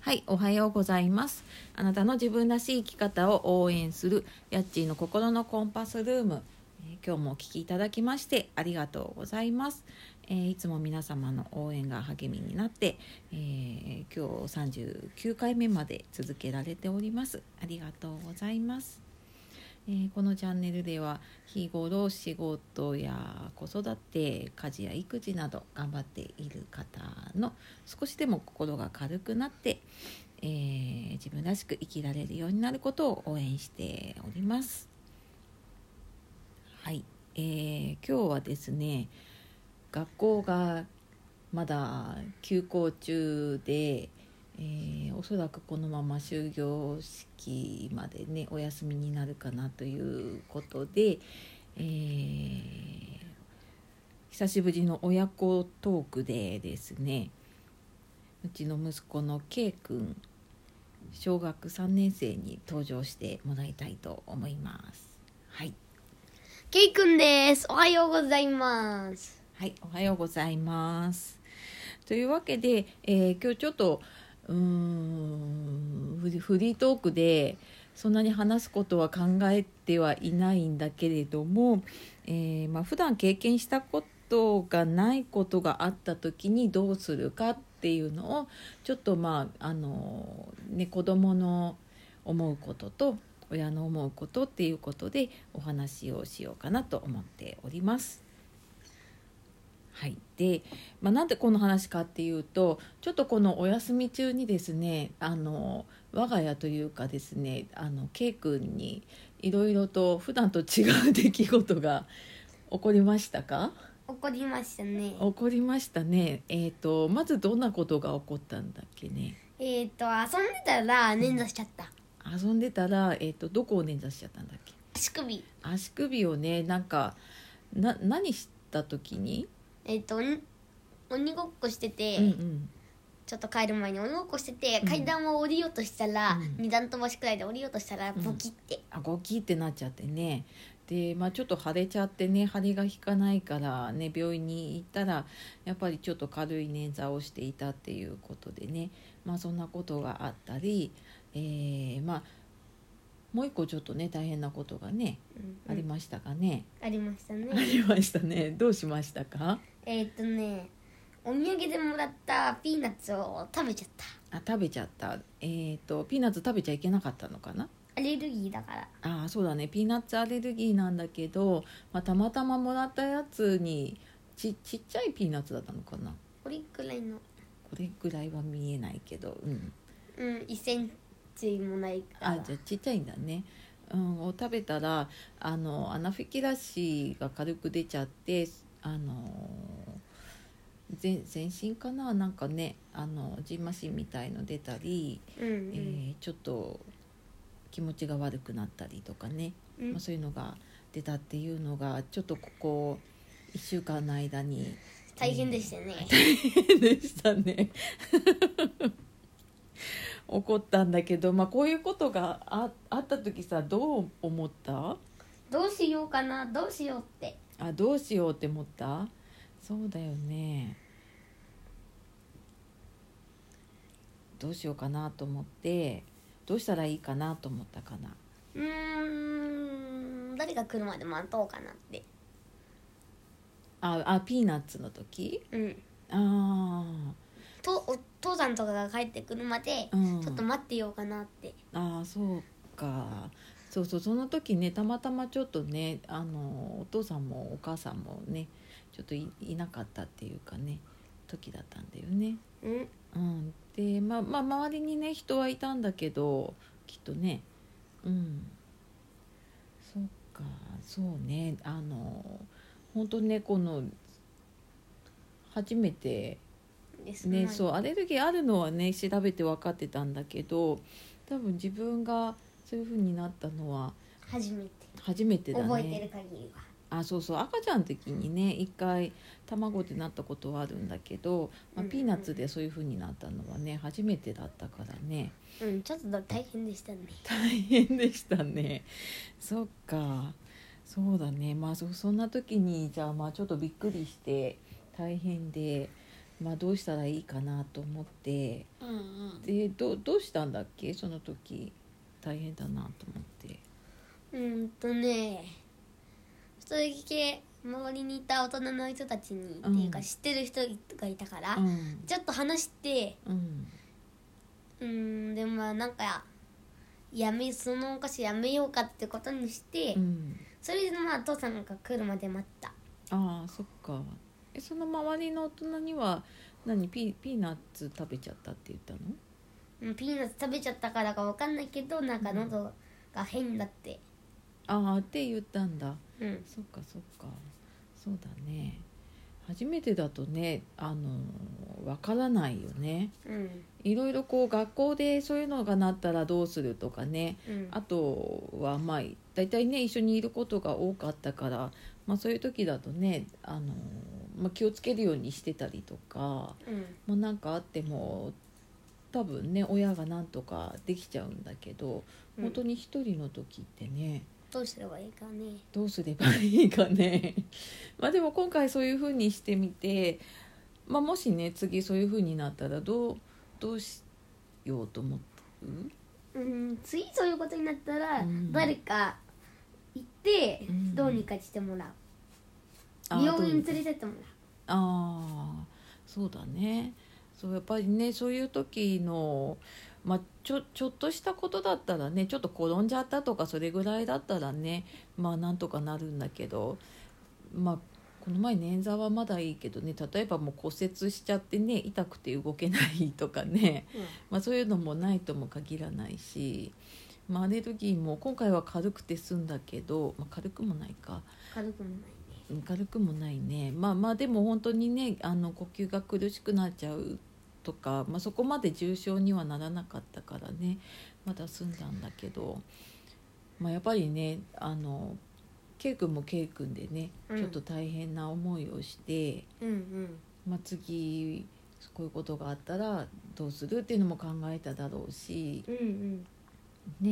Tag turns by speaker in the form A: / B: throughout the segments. A: はい、おはようございます。あなたの自分らしい生き方を応援するやっちーの心のコンパスルーム。えー今日もお聞きいただきましてありがとうございます。えーいつも皆様の応援が励みになって、えー今日三十九回目まで続けられております。ありがとうございます。えーこのチャンネルでは日頃仕事や子育て家事や育児など頑張っている方の少しでも心が軽くなって、えー自分らしく生きられるようになることを応援しております。はい、えー今日はですね学校がまだ休校中で、えーおそらくこのまま終業式までねお休みになるかなということで、えー久しぶりの親子トークでですねうちの息子の K 君小学3年生に登場してもらいたいと思います。はい、
B: ケイくんです。おはようございます。
A: はい、おはようございます。というわけで、えー今日ちょっとうーんフリフリートークでそんなに話すことは考えてはいないんだけれども、えーまあ普段経験したことがないことがあった時にどうするかっていうのをちょっとまああの、ね、子どもの思うことと親の思うことっていうことでお話をしようかなと思っております。はい、で、まあ、なんでこの話かっていうとちょっとこのお休み中にですねあの我が家というかですねあの K 君にいろいろと普段と違う出来事が起こりましたか
B: 怒りましたね。
A: 起こりましたね、えー、とまずどんなことが起こったんだっけね
B: えっ、と遊んでたら捻挫しちゃった。
A: 遊んでたら、えー、とどこを捻挫しちゃったんだっけ
B: 足首。
A: 足首をねなんかな何した時に、
B: えっ、と鬼鬼ごっこしてて、
A: うんうん、
B: ちょっと帰る前に鬼ごっこしてて、
A: うん
B: 階段を降りようとしたら、
A: うん
B: 二段飛ばしくらいで降りようとしたら
A: うん
B: ボキって。
A: あゴキってなっちゃってねで、まあ、ちょっと腫れちゃってね腫れが引かないからね病院に行ったらやっぱりちょっと軽い捻挫をしていたっていうことでね、まあ、そんなことがあったり、えーまあもう一個ちょっとね大変なことがね、
B: うん
A: ありましたかね、
B: ありました
A: あ
B: ね。
A: りましたねどうしましたか
B: えっ、とね、お土産でもらったピーナッツを食べちゃった。
A: あ食べちゃったえっ、とピーナッツ食べちゃいけなかったのかな
B: アレルギーだから。
A: ああそうだねピーナッツアレルギーなんだけど、まあ、たまたまもらったやつにちちっちゃいピーナッツだったのかな
B: これくらいの、
A: これぐらいは見えないけど、うん、
B: うん、1センチもないから。
A: あじゃあちっちゃいんだね、うん、を食べたらあのアナフィキラシーが軽く出ちゃってあの全全身かななんかねあのジンマシンみたいの出たり、
B: うんうん
A: えーちょっと気持ちが悪くなったりとかね
B: うん
A: まあ、そういうのが出たっていうのがちょっとここ1週間の間に
B: 大変でしたね。
A: でしたね 起こったんだけど、まあ、こういうことがああった時さどう思った
B: どうしようかなどうしようって
A: あどうしようって思ったそうだよねどうしようかなと思ってどうしたらいいかなと思ったかな
B: うーん誰が来るまで待とうかなって
A: ああピーナッツの時
B: うん
A: あ
B: とお父さんとかが帰ってくるまで
A: あ、うん、
B: ちょっと待ってようかなって
A: ああそうかそうそうその時ねたまたまちょっとねあのお父さんもお母さんもねちょっといいなかったっていうかね時だったんだよね。
B: うん
A: うん、でまあまあ周りにね人はいたんだけどきっとねうんそっかそうねあの本当ねこの初めて
B: です
A: ね、
B: う
A: そうアレルギーあるのはね調べて分かってたんだけど多分自分がそういう風になったのは
B: 初めて
A: 初めてだね
B: 覚えてる限りは
A: あそうそう赤ちゃんの時にね一回卵でなったことはあるんだけど、まあ
B: うんうん
A: ピーナッツでそういう風になったのはね初めてだったからね
B: うんちょっと大変でしたね
A: 大変でしたねそっかそうだねまあそそんな時にじゃあまあちょっとびっくりして大変でまあ、どうしたらいいかなと思って
B: うんうん
A: でどうどうしたんだっけその時大変だなと思って
B: うんとねそれだけ周りにいた大人の人たちに、
A: うん
B: っていうか知ってる人がいたから、
A: うん
B: ちょっと話して
A: うん
B: うんでもまあなんかやめそのお菓子やめようかってことにして、
A: うん
B: それでまあ父さんが来るまで待った
A: ああそっかえその周りの大人には何ピピーナッツ食べちゃったって言ったの
B: うんピーナッツ食べちゃったからかわかんないけどなんか喉が変だって
A: ああって言ったんだ
B: うん
A: そっかそっかそうだね初めてだとねあのわからないよね
B: うん
A: いろいろこう学校でそういうのがなったらどうするとかね
B: うん
A: あとはまあ大体ね一緒にいることが多かったから、まあ、そういう時だとねあの、まあ、気をつけるようにしてたりとか
B: うん
A: まあ、なんかあっても多分ね親がなんとかできちゃうんだけど、
B: うん
A: 本当に一人の時ってね
B: どうすればいいかね
A: どうすればいいかね まあでも今回そういうふうにしてみて、まあ、もしね次そういうふうになったらどうどうしようと思う、
B: うん次そういうことになったら、
A: うん
B: 誰か行って
A: うん
B: どうにかしてもらう、
A: あー
B: 病
A: どういう
B: 院
A: こと
B: 連れてってもらう
A: ああそうだねそうやっぱりねそういう時の、まあ、ちょちょっとしたことだったらねちょっと転んじゃったとかそれぐらいだったらねまあなんとかなるんだけどまあこの前捻挫はまだいいけどね例えばもう骨折しちゃってね痛くて動けないとかね、まあ、そういうのもないとも限らないし、まあ、アレルギーも今回は軽くて済んだけど、まあ、軽くもないか
B: 軽くもないね
A: 軽くもないねまあまあでも本当にねあの呼吸が苦しくなっちゃうとか、まあ、そこまで重症にはならなかったからねまだ済んだんだけど、まあ、やっぱりねあの K 君も K 君でね
B: うん
A: ちょっと大変な思いをして、
B: うんうん
A: まあ、次こういうことがあったらどうするっていうのも考えただろうし
B: うんうん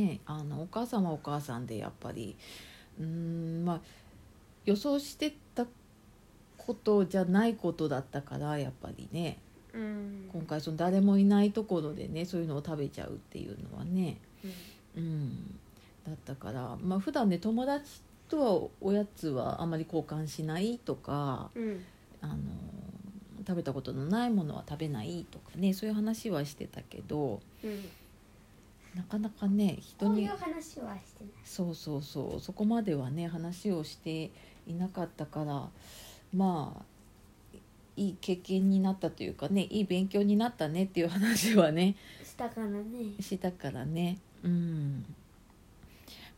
A: ねあのお母さんはお母さんでやっぱりうーんまあ予想してたことじゃないことだったからやっぱりね
B: うん
A: 今回その誰もいないところでねそういうのを食べちゃうっていうのはね、うん、だったからまあ普段ね友達とはおやつはあまり交換しないとか
B: うん
A: あの食べたことのないものは食べないとかねそういう話はしてたけど
B: うん
A: なかなかね人
B: こうい
A: に
B: う話はしてない
A: そうそうそうそこまではね話をしていなかったからまあいい経験になったというかねいい勉強になったねっていう話はね
B: したからね
A: したからねうん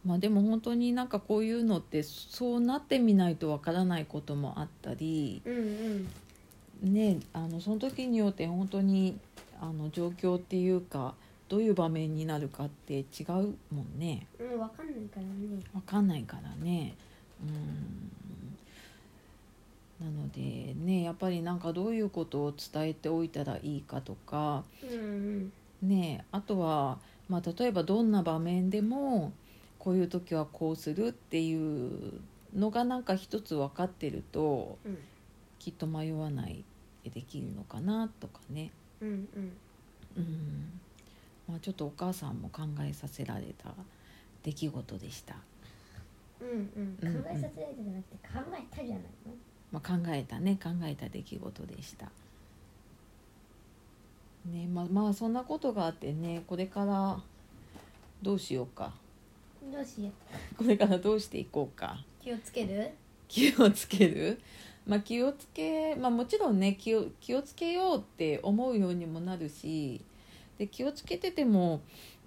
A: まあでも本当になんかこういうのってそうなってみないとわからないこともあったり
B: うんうん
A: ねあのその時によって本当にあの状況っていうかどういう場面になるかって違うもんね。
B: うんわかんないからね
A: わかんないからねうんなのでねやっぱりなんかどういうことを伝えておいたらいいかとか
B: うん
A: ねあとは、まあ、例えばどんな場面でもこういう時はこうするっていうのがなんか一つ分かってると
B: うん
A: きっと迷わないでできるのかなとかね
B: うんうん
A: うん、まあ、ちょっとお母さんも考えさせられた出来事でした。
B: うん
A: う
B: うんん
A: うん
B: 考えさせられたじゃなくて考えたじゃないの
A: まあ、考えたね考えた出来事でした。ねまあ、まあそんなことがあってねこれからどうしようか
B: どうしよう
A: これからどうしていこうか
B: 気をつける
A: 気をつける、まあ、気をつけ、まあ、もちろんね気を気をつけようって思うようにもなるしで気をつけてても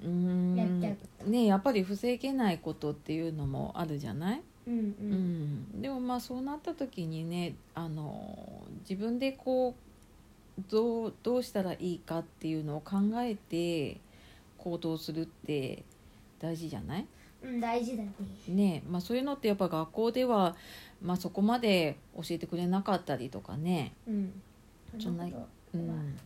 A: うー
B: やっ
A: ん
B: ちゃうこと
A: ねやっぱり防げないことっていうのもあるじゃない
B: うんう
A: うんん、でもまあそうなった時にねあの自分でこうどうどうしたらいいかっていうのを考えて行動するって大事じゃない
B: うん大事だね
A: ねえまあ、そういうのってやっぱ学校では、まあ、そこまで教えてくれなかったりとかね、
B: うん
A: そんな
B: こ
A: う
B: と
A: ん、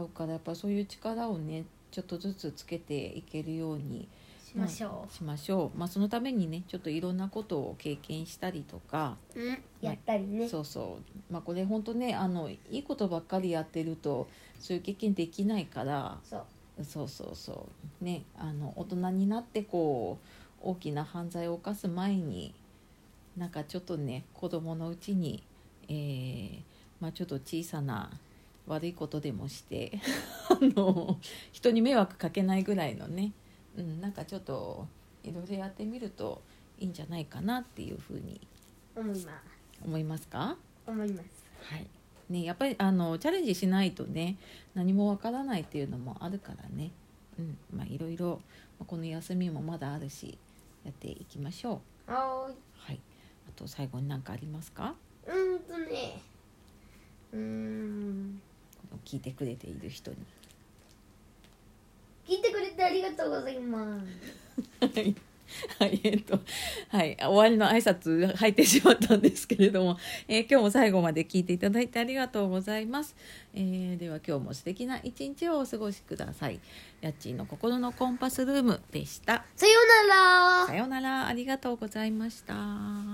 A: 違うからやっぱそういう力をねちょっとずつつけていけるように
B: ししましょ
A: しましょう、まあ、そのためにねちょっといろんなことを経験したりとか、
B: う、うん、やったりね
A: そうそう、まあ、これ本当ねあのいいことばっかりやってるとそういう経験できないから
B: そう
A: そうそうそうねあの大人になってこう大きな犯罪を犯す前になんかちょっとね子供のうちに、えーまあ、ちょっと小さな悪いことでもして あの人に迷惑かけないぐらいのね、うん、なんかちょっといろいろやってみるといいんじゃないかなっていうふうに
B: 思います
A: 思いますか
B: 思います
A: はいね、やっぱりあのチャレンジしないとね何もわからないっていうのもあるからね、うんまあ、いろいろまあこの休みもまだあるしやっていきましょう、
B: はーい
A: はい、あと最後に何かありますか
B: うーんとねうーん
A: この聞いてくれている人に。
B: 聞いてくれてありがとうございます
A: はいはい、えっと、はい、終わりの挨拶入ってしまったんですけれども、えー今日も最後まで聞いていただいてありがとうございます。えーでは今日も素敵な一日をお過ごしください。やっちーの心のコンパスルームでした。
B: さようなら
A: さようなら、ありがとうございました。